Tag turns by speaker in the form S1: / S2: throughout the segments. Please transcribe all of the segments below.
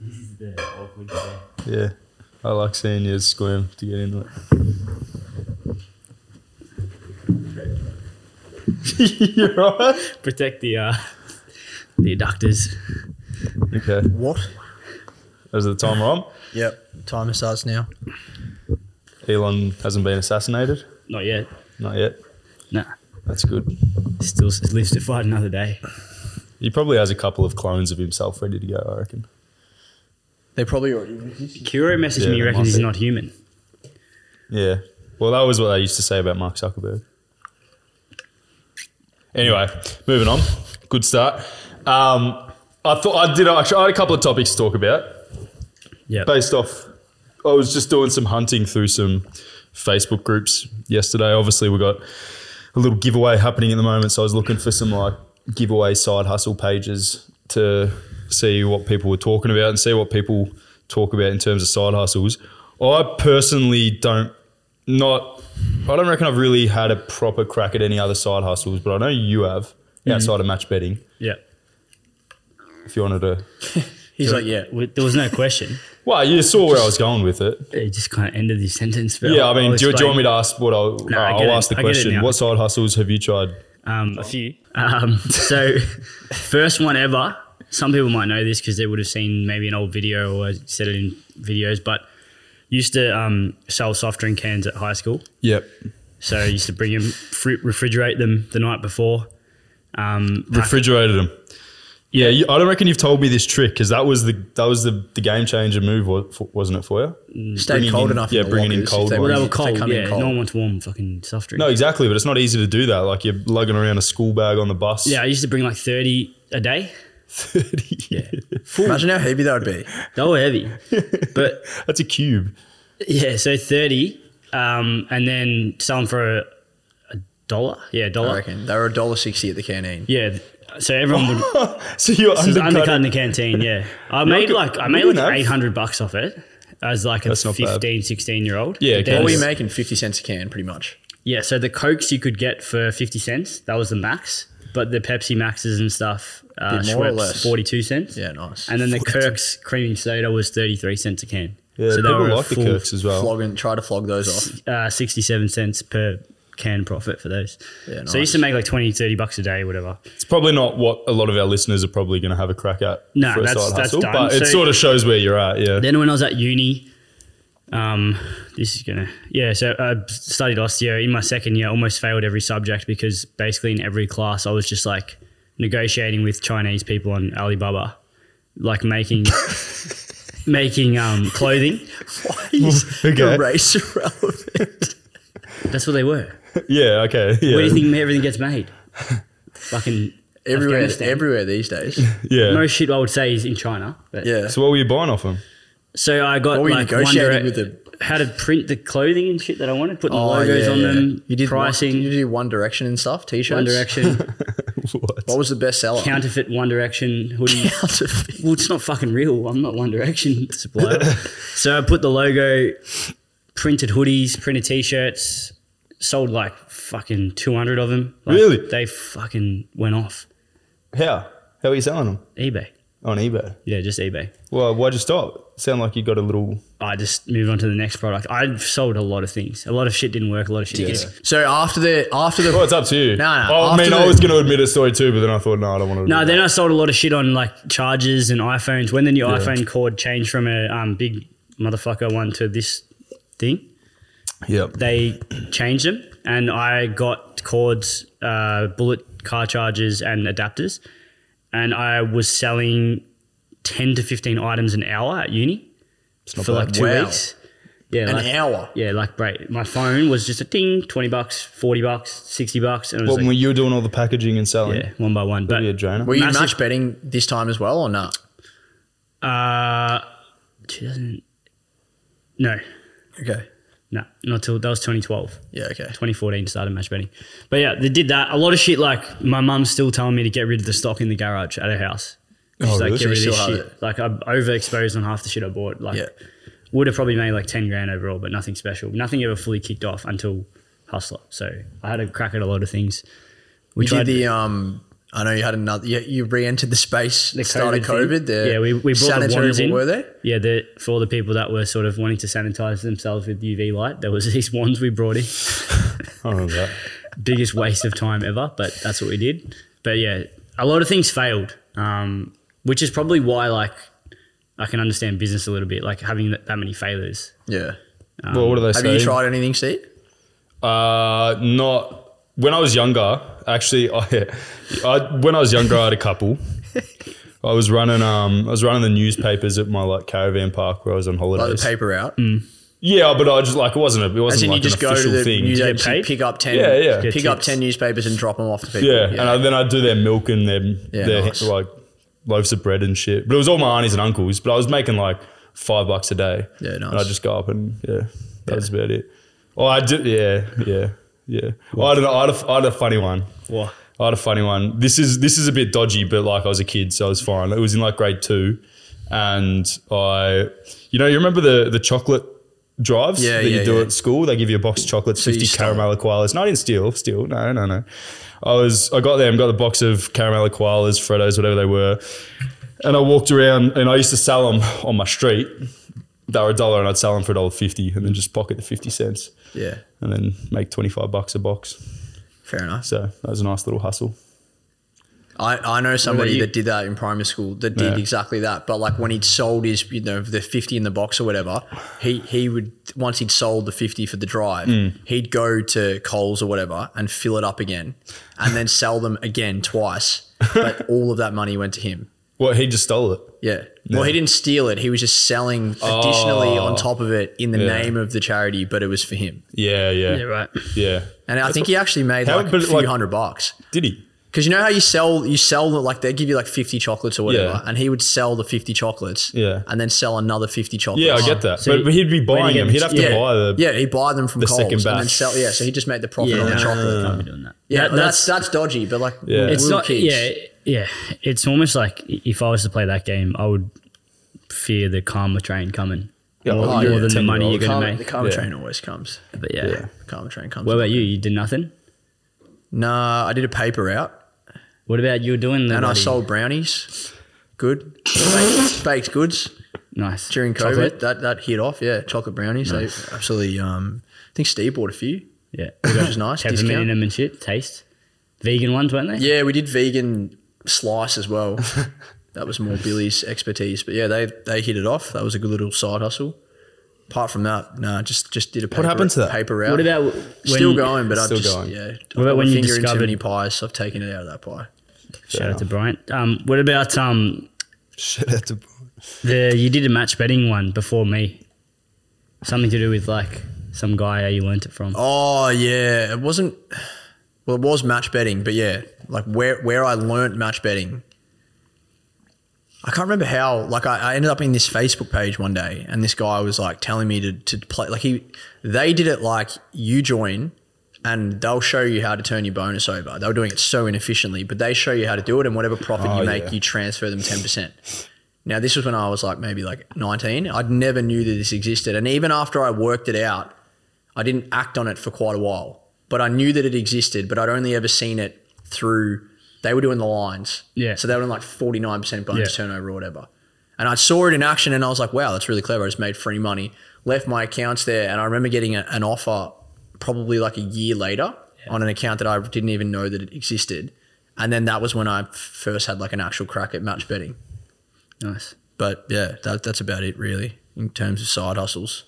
S1: This is the awkward day.
S2: Yeah, I like seeing you squirm to get into it. You're right.
S1: Protect the uh, the adductors.
S2: Okay,
S3: What?
S2: is the time wrong?
S3: Yep. Timer starts now.
S2: Elon hasn't been assassinated.
S1: Not yet.
S2: Not yet.
S1: Nah.
S2: That's good.
S1: Still s- lives to fight another day.
S2: He probably has a couple of clones of himself ready to go. I reckon.
S3: They probably already.
S1: Kuro messaged
S2: Yeah,
S1: me.
S2: that
S1: Reckons
S2: must
S1: he's
S2: be.
S1: not human.
S2: Yeah. Well, that was what I used to say about Mark Zuckerberg. Anyway, moving on. Good start. Um, I thought I did. I had a couple of topics to talk about
S1: Yeah.
S2: based off. I was just doing some hunting through some Facebook groups yesterday. Obviously, we got a little giveaway happening at the moment, so I was looking for some like giveaway side hustle pages to see what people were talking about and see what people talk about in terms of side hustles. I personally don't not I don't reckon I've really had a proper crack at any other side hustles, but I know you have outside of match betting.
S1: Yeah.
S2: If you wanted to,
S3: He's like, yeah.
S1: W- There was no question.
S2: well, you saw where I was going with it.
S1: It just kind of ended his sentence. but
S2: Yeah,
S1: I'll-
S2: I mean,
S1: I'll
S2: do you, do
S1: explain.
S2: you want me to ask what I'll,
S1: No, I get
S2: I'll
S1: it.
S2: ask the
S1: I get it
S2: question?
S1: now.
S2: What side hustles have you tried?
S1: Um, a few. Um, so, first one ever. Some people might know this because they would have seen maybe an old video or said it in videos, but used to um, sell soft drink cans at high school.
S2: Yep.
S1: So, I used to bring them, fr- refrigerate them the night before. Um, pack-
S2: Refrigerated them. Yeah, you, I don't reckon you've told me this trick because that was the that was the, the game changer move, wa- f- wasn't it for you?
S1: Mm.
S3: Stay
S2: Bringing
S3: cold
S2: in-
S3: enough.
S2: yeah,
S3: in the
S2: bringing in
S3: lockers if
S2: cold
S3: they-
S1: well,
S2: ones.
S1: they were
S3: if they
S1: cold.
S3: come in
S1: Yeah, no one wants warm fucking soft drink.
S2: No, exactly, but it's not easy to do that. Like you're lugging around a school bag on the bus.
S1: Yeah, I used to bring like 30 a day.
S2: thirty.
S3: Imagine how heavy that would be.
S1: They were heavy. but
S2: that's a cube.
S1: Yeah, so thirty, um, and then selling for a, a dollar. Yeah, a
S3: I
S1: dollar.
S3: reckon they were a dollar sixty at the canteen.
S1: Yeah, th- so everyone would so
S2: So you're
S1: it was
S2: undercutting.
S1: undercut in the canteen. Yeah, I made
S2: good-
S1: like I
S2: you're
S1: made
S2: good
S1: like
S2: enough.
S1: eight hundred bucks off it as like a
S2: That's not bad.
S1: 15, 16 year old.
S2: Yeah,
S1: But
S2: okay.
S3: What
S1: then-
S3: were you
S2: Yes.
S3: making? Fifty cents a can, pretty much.
S1: yeah. So the cokes you could get for fifty cents. That was the max. But the Pepsi Maxes and stuff, uh,
S3: Bit more or
S1: Schweppes,
S3: less.
S1: forty two cents.
S3: Yeah, nice.
S1: And then the Kirk's creaming soda was thirty three cents a can.
S2: Yeah,
S1: so they
S2: people
S1: were a
S2: like the
S1: full,
S2: Kirks as well.
S3: flogging, try to flog those off.
S1: uh, 67 cents per can profit for those.
S3: Yeah,
S1: So I used to
S3: nice.
S1: make like 20, 30 bucks a day, whatever.
S2: It's probably not what a lot of our listeners are probably going to have a crack at
S1: No,
S2: for a
S1: that's-
S2: side
S1: that's
S2: hustle,
S1: done.
S2: but it
S1: So-
S2: sort of shows where you're at. Yeah.
S1: Then when I was at uni, um, this is gonna, yeah, so I studied osteo in my second year, almost failed every subject because basically in every class I was just like negotiating with Chinese people on Alibaba, like making, making um, clothing.
S3: Why is
S2: Okay.
S3: the race irrelevant?
S1: That's what they were.
S2: Yeah. Okay. Yeah.
S1: Where do you think everything gets made? Fucking
S3: everywhere,
S1: Afghanistan.
S3: everywhere these days.
S2: yeah.
S1: Most shit I would say is in China. But
S3: Yeah.
S2: so what were you buying off him?
S1: So I got
S3: What were you
S1: like
S3: negotiating
S1: wondering
S3: with them?
S1: how to print the clothing and shit that I wanted, putting
S3: Oh,
S1: logos
S3: yeah,
S1: on
S3: yeah.
S1: them,
S3: You did
S1: pricing,
S3: One, you did One Direction and stuff. T-shirts.
S1: One Direction,
S2: What?
S3: What was the best seller?
S1: counterfeit One Direction hoodie.
S3: Counterfeit.
S1: well, it's not fucking real. I'm not One Direction supplier. so I put the logo, printed hoodies, printed t-shirts, sold like fucking 200 of them. Like,
S2: Really?
S1: They fucking went off
S2: How? How are you selling them?
S1: eBay.
S2: On eBay.
S1: Yeah, just eBay.
S2: Well, why'd you stop? Sound like you got a little.
S1: I just moved on to the next product. I've sold a lot of things. A lot of shit didn't work. A lot of shit did.
S3: So after the after the
S2: Well, it's up to you.
S3: No, no,
S2: Oh, I
S3: after
S2: mean,
S3: the-
S2: I was going to admit a story too, but then I thought, no, I don't want to.
S1: No, then I sold a lot of shit on like chargers and iPhones. When the new iPhone cord changed from a um, big motherfucker one to this thing,
S2: Yep.
S1: they changed them, and I got cords, uh, bullet car chargers, and adapters, and I was selling ten to fifteen items an hour at uni for like two
S3: Wow.
S1: weeks. Yeah,
S3: an
S1: like,
S3: hour.
S1: Yeah, like break. My phone was just a ding, twenty bucks, forty bucks, sixty bucks, and it was
S2: Well, when
S1: like,
S2: you were doing all the packaging and selling,
S1: yeah, one by one. But
S2: yeah, Jonah.
S3: Were you
S1: Massive-
S3: match betting this time as well or not?
S1: Uh, 2000. No,
S3: Okay.
S1: no, not till that was 2012.
S3: Yeah. Okay.
S1: 2014 started match betting. But yeah, they did that. A lot of shit, like my mum's still telling me to get rid of the stock in the garage at her house. She's
S2: Oh,
S1: like,
S2: really?
S1: get rid of
S3: She
S1: this
S3: still
S1: shit.
S3: had
S1: Like, I'm overexposed on half the shit I bought. Like,
S3: Yeah.
S1: would have probably made like 10 grand overall, but nothing special. Nothing ever fully kicked off until Hustler. So I had a crack at a lot of things. We
S3: You did
S1: tried
S3: the um I know you had another. You, you re-entered the space the start
S1: COVID
S3: of COVID.
S1: thing.
S3: The
S1: Yeah, we- we brought the
S3: sanitary
S1: wands in.
S3: were there.
S1: Yeah, the, for all the people that were sort of wanting to sanitize themselves with UV light, there was these wands we brought in.
S2: I remember that.
S1: biggest waste of time ever, but that's what we did. But yeah, a lot of things failed, um, which is probably why like I can understand business a little bit, like having that, that many failures.
S3: Yeah.
S2: well, what do they
S3: Have
S2: say?
S3: you tried anything, Steve?
S2: Uh, not when I was younger. Actually, I, I when I was younger, I had a couple. I was running um I was running the newspapers at my like caravan park where I was on holidays.
S3: Like the paper out,
S1: Mm.
S2: yeah, but I just like it wasn't a, it
S3: and
S2: wasn't
S3: then
S2: like
S3: you just
S2: an
S3: go to
S2: official
S3: the
S2: thing.
S3: museum,
S1: Get paid?
S3: pick up ten,
S2: Yeah, yeah.
S3: pick
S1: Get
S3: up
S1: tips.
S3: ten newspapers and drop them off to people.
S2: Yeah, and I, then I'd do their milk and their
S3: Yeah,
S2: their
S3: nice.
S2: like loaves of bread and shit. But it was all my aunties and uncles. But I was making like five bucks a day.
S3: Yeah, nice.
S2: And I just go up and yeah, that was about it. Oh, I did. Yeah, yeah, yeah. Well, I don't know. I had a, I had a funny one.
S1: What?
S2: I had a funny one. This is this is a bit dodgy, but like I was a kid, so I was fine. It was in like grade two, and I, you know, you remember the the chocolate drives
S3: Yeah,
S2: that
S3: yeah,
S2: you do
S3: yeah.
S2: at school? They give you a box of chocolates,
S3: you
S2: fifty
S3: stole it.
S2: caramel koalas. No, I didn't steal. Steal? No, no, no. I was I got there and got the box of caramel koalas, Freddos, whatever they were, and I walked around and I used to sell them on my street. They were a dollar, and I'd sell them for a dollar fifty, and then just pocket the fifty cents,
S3: yeah,
S2: and then make twenty five bucks a box.
S3: fair enough.
S2: So that was a nice little hustle.
S3: I, I know somebody
S1: you?
S3: that did that in primary school that did
S2: Yeah.
S3: exactly that. But like when he'd sold his, you know, the 50 in the box or whatever, he, he would, once he'd sold the 50 for the drive,
S2: Mm.
S3: he'd go to Coles or whatever and fill it up again and then sell them again twice. But all of that money went to him.
S2: Well, he just stole it.
S3: Yeah. Well, he didn't steal it. He was just selling additionally on top of it in the
S2: Oh. Yeah.
S3: name of the charity, but it was for him.
S2: Yeah, yeah,
S1: Yeah, right.
S2: yeah.
S3: And I think he actually made
S2: How-
S3: like a
S2: but,
S3: few
S2: like-
S3: hundred bucks.
S2: Did he?
S3: Because you know how you sell, you sell the- like they give you like fifty chocolates or whatever,
S2: Yeah.
S3: and he would sell the fifty chocolates,
S2: Yeah.
S3: and then sell another fifty chocolates.
S2: Yeah, I get that.
S1: So
S2: but, but he'd be buying
S1: he
S2: them.
S1: gets-
S2: He'd have to
S3: Yeah,
S2: buy the.
S3: yeah, he'd buy them from Coles
S2: second
S3: and then
S2: batch.
S3: sell. Yeah, so he just made the profit on the chocolate.
S1: Can't be doing that.
S3: Yeah,
S1: That-
S3: that's, that's dodgy, but like we were
S1: it's not.
S3: kids.
S1: Yeah, yeah. It's almost like if I was to play that game, I would fear the karma train coming.
S2: Yeah,
S1: more
S2: well,
S1: more
S2: you're
S1: than
S2: a
S1: the money you're
S2: 10-year-old.
S1: going
S3: Oh, Karma,
S1: to make.
S3: the karma
S2: Yeah.
S3: train always comes.
S1: But yeah.
S3: The karma train comes.
S1: What about you? You did nothing.
S3: Nah, I did a paper out
S1: What about you were doing? The
S3: and I
S1: bloody-
S3: sold brownies. Good baked, baked goods
S1: nice
S3: during COVID.
S1: Chocolate?
S3: That that hit off. Yeah, chocolate brownies. They absolutely. Um, I think Steve bought a few,
S1: Yeah,
S3: which was nice.
S1: peppermint
S3: discount.
S1: in them and shit. Taste vegan ones, weren't they?
S3: Yeah, we did vegan slice as well. that was more Billy's expertise, but yeah, they they hit it off. That was a good little side hustle. Apart from that, no, just just did a paper,
S2: happened to that?
S3: paper route.
S1: What about when,
S3: still going? But I've
S2: Still
S3: just
S2: going.
S3: yeah. I've
S1: What about
S3: got my
S1: when you
S3: finger in too
S1: discovered-
S3: many pies? I've taken it out of that pie.
S1: Shout out to Bryant. Um, what about um
S2: Shit, out to.
S1: the you did a match betting one before me? Something to do with like some guy you learnt it
S2: Mm.
S1: from.
S3: Oh yeah, it wasn't. Well, it was match betting, but yeah, like where where I learnt match betting. I can't remember how. Like I, I ended up in this Facebook page one day, and this guy was like telling me to to play. Like he, they did it like you join, and they'll show you how to turn your bonus over. They were doing it so inefficiently, but they show you how to do it, and whatever profit
S2: Oh,
S3: you make,
S2: yeah.
S3: you transfer them ten percent. Now, this was when I was like maybe like 19. I'd never knew that this existed. And even after I worked it out, I didn't act on it for quite a while. But I knew that it existed, but I'd only ever seen it theyrough, they were doing the lines.
S1: Yeah.
S3: So they were in like 49% bonus
S1: Yeah.
S3: turnover or whatever. And I saw it in action and I was like, wow, that's really clever. I just made free money, left my accounts there. And I remember getting a, an offer probably like a year later on an account that I didn't even know that it existed. And then that was when I first had like an actual crack at match betting.
S1: nice.
S3: But yeah, that, that's about it really in terms of side hustles.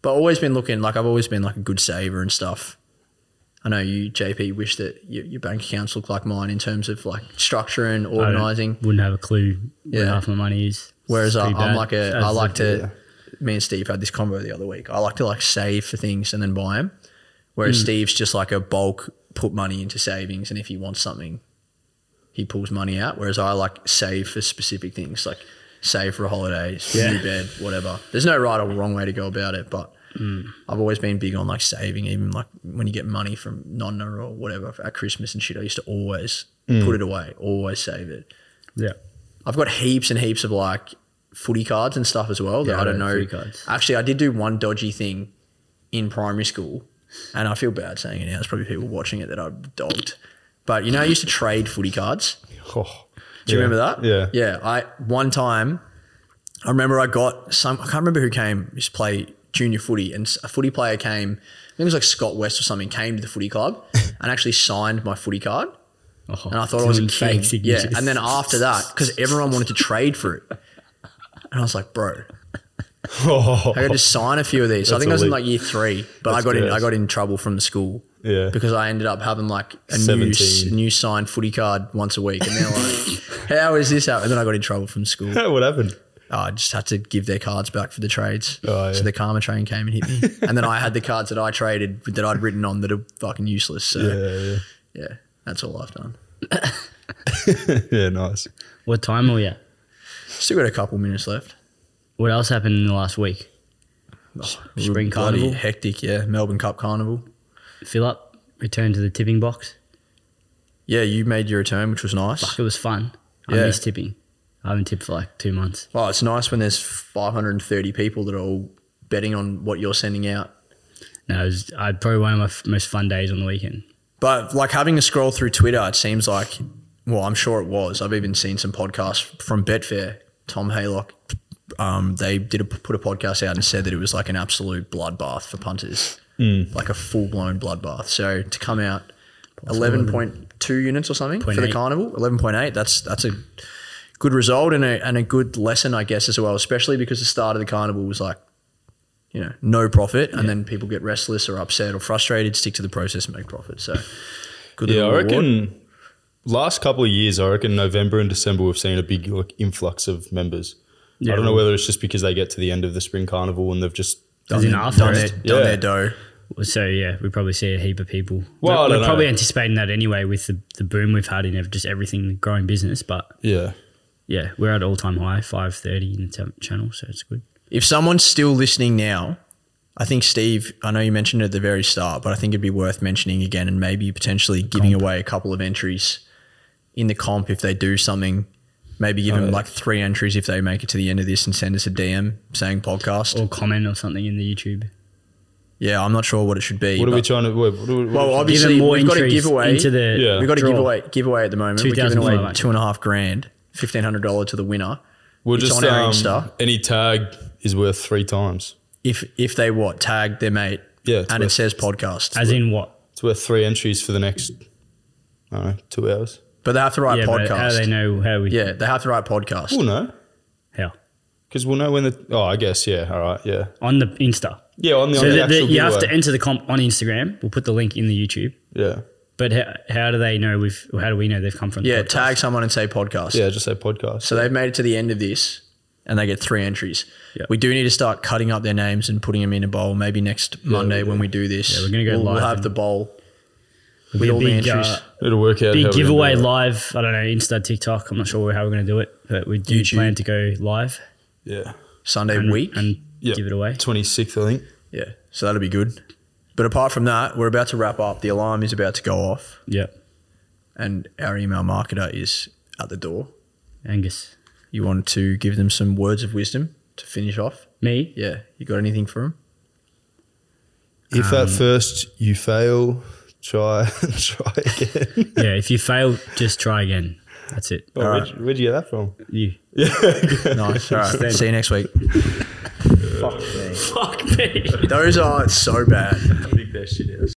S3: But always been looking like I've always been like a good saver and stuff. I know you, JP, wish that your, your bank accounts look like mine in terms of like structure and
S1: I don't-
S3: organizing.
S1: Wouldn't have a clue where
S3: Yeah.
S1: half my money is.
S3: Whereas I,
S1: Pretty bad.
S3: I'm like a,
S1: As
S3: I like
S1: a-
S3: to. Me and Steve had this combo the other week. I like to like save for things and then buy them. Whereas
S1: Hmm.
S3: Steve's just like a bulk, put money into savings, and if he wants something, he pulls money out. Whereas I like save for specific things, like save for a holiday,
S1: Yeah.
S3: new bed, whatever. There's no right or wrong way to go about it, but
S1: Hmm.
S3: I've always been big on like saving, even like when you get money from Nonna or whatever at Christmas and shit. I used to always
S1: Hmm.
S3: put it away, always save it.
S1: Yeah.
S3: I've got heaps and heaps of like footy cards and stuff as well that
S1: Yeah,
S3: I don't
S1: I know
S3: know.
S1: footy cards.
S3: Actually, I did do one dodgy thing in primary school, and I feel bad saying it now. There's probably people watching it that I dogged, But you know, I used to trade footy cards.
S2: Oh,
S3: Do you
S2: yeah.
S3: remember that?
S2: Yeah.
S3: Yeah. I one time, I remember I got some. I can't remember who came. Used to play junior footy, and a footy player came. I think it was like Scott West or something. Came to the footy club and actually signed my footy card.
S1: Oh,
S3: And I thought I was a
S1: doing
S3: king.
S1: fake
S3: Yeah.
S1: signatures.
S3: And then after that, because everyone wanted to trade for it, and I was like, bro,
S2: Oh,
S3: I got to sign a few of these. So I
S2: That's
S3: think I was in
S2: elite.
S3: like year three, but I
S2: That's
S3: got in.
S2: badass.
S3: I got in trouble from the school.
S2: Yeah.
S3: Because I ended up having like a new, s-
S2: 17.
S3: new signed footy card once a week, and they're like, "How is this out?" And then I got in trouble from school.
S2: what happened?
S3: Oh, I just had to give their cards back for the trades.
S2: Oh,
S3: So
S2: yeah.
S3: the karma train came and hit me, and then I had the cards that I traded that I'd written on that are fucking useless. So
S2: Yeah,
S3: yeah,
S2: yeah,
S3: that's all I've done.
S2: yeah. Nice.
S1: What time are we at?
S3: Still got a couple minutes left.
S1: What else happened in the last week? Spring
S3: Oh, Bloody
S1: Carnival.
S3: hectic. Yeah, Melbourne Cup Carnival.
S1: Fill up. Return to the tipping box.
S3: Yeah, you made your return, which was nice.
S1: Fuck, it was fun. I
S3: Yeah.
S1: miss tipping. I haven't tipped for like two months.
S3: Well, Oh, it's nice when there's 530 people that are all betting on what you're sending out.
S1: No, it was I probably one of my f- most fun days on the weekend.
S3: But like having a scroll through Twitter, it seems like, well, I'm sure it was. I've even seen some podcasts from Betfair, Tom Haylock. Um, they did a, put a podcast out and said that it was like an absolute bloodbath for punters, like a full blown bloodbath. So to come out 11.2 units or something for the
S1: 0.8.
S3: carnival, 11.8, that's that's a good result and a, and a good lesson, I guess, as well, especially because the start of the carnival was like, you know, no profit. And then people get restless or upset or frustrated, stick to the process and make profit. So good.
S2: Yeah,
S3: little
S2: I
S3: reward.
S2: reckon. Last couple of years, I reckon November and December we've seen a big like influx of members. I don't know whether it's just because they get to the end of the spring carnival and they've just
S1: As in after
S3: done, their,
S1: it.
S3: done
S2: Yeah.
S3: their dough.
S1: So yeah, we probably see a heap of people.
S2: Well, I
S1: we're,
S2: don't
S1: we're
S2: know.
S1: probably anticipating that anyway with the, the boom we've had in ev- just everything growing business. But
S2: yeah.
S1: yeah, we're at all time high, five thirty in the t- channel, so it's good.
S3: If someone's still listening now, I think Steve, I know you mentioned it at the very start, but I think it'd be worth mentioning again and maybe potentially giving away a couple of entries in the comp if they do something. Maybe give them like three entries if they make it to the end of this and send us a DM saying podcast.
S1: Or comment or something in the YouTube.
S3: Yeah, I'm not sure what it should be.
S2: What are
S3: but-
S2: we trying to? What, what, what
S3: Well,
S1: Give them
S3: obviously,
S1: more
S3: we've got a
S1: entries
S3: giveaway.
S1: into the
S2: Yeah.
S3: we've got a
S1: draw.
S3: giveaway giveaway at the moment. We're giving away
S1: $2,500.
S3: two and a half grand, fifteen hundred dollars to the winner.
S2: we'll
S3: it's
S2: just
S3: on our
S2: um,
S3: Insta.
S2: any tag is worth three times.
S3: If if they what tag their mate,
S2: Yeah, it's
S3: and it
S2: worth-
S3: says podcast,
S1: As in what?
S2: It's worth three entries for the next, I don't know, two hours.
S3: but they have to write
S1: yeah, but how
S3: podcast.
S1: do they know how we?
S3: yeah, they have to write podcast.
S2: We'll know
S1: How
S2: because we'll know when the. Oh, I guess yeah. All right, yeah,
S1: on the Insta.
S2: yeah. On the,
S1: So
S2: on
S1: the,
S2: the,
S1: the-
S2: actual
S1: you have to
S2: giveaway.
S1: enter the comp on Instagram. We'll put the link in the YouTube.
S2: yeah,
S1: But how, how do they know we've? How do we know they've come from? the
S3: Yeah,
S1: podcast?
S3: tag someone and say podcast.
S2: yeah. Just say podcast.
S3: So they've made it to the end of this, and they get three entries.
S1: Yeah.
S3: We do need to start cutting up their names and putting them in a bowl. Maybe next Monday when we do this,
S1: we're gonna go
S3: we'll, we'll
S1: live
S3: have
S1: and-
S3: the bowl
S1: It'll be
S3: with
S1: a
S3: all
S1: big,
S3: the entries.
S1: uh,
S2: It'll work out. how
S1: Big
S2: we're gonna
S1: giveaway
S2: do it.
S1: live. I don't know, Insta, TikTok. I'm not sure how we're going to do it, but we do
S3: YouTube.
S1: plan to go live
S2: Yeah,
S3: Sunday
S1: and,
S3: week
S1: and
S2: Yeah.
S1: give it away.
S2: twenty sixth, I think.
S3: Yeah, so that'll be good. But apart from that, we're about to wrap up. The alarm is about to go off,
S1: Yeah.
S3: and our email marketer is at the door.
S1: Angus.
S3: You want to give them some words of wisdom to finish off?
S1: Me?
S3: Yeah, you got anything for them?
S2: If
S1: Um,
S2: at first you fail, try try again.
S1: Yeah. If you fail, just try again. That's it.
S2: Oh, where'd, you- where'd you get that from?
S1: You.
S3: Nice. All right. See you next week.
S1: Fuck me.
S3: Those are so bad.
S2: I think that shit is.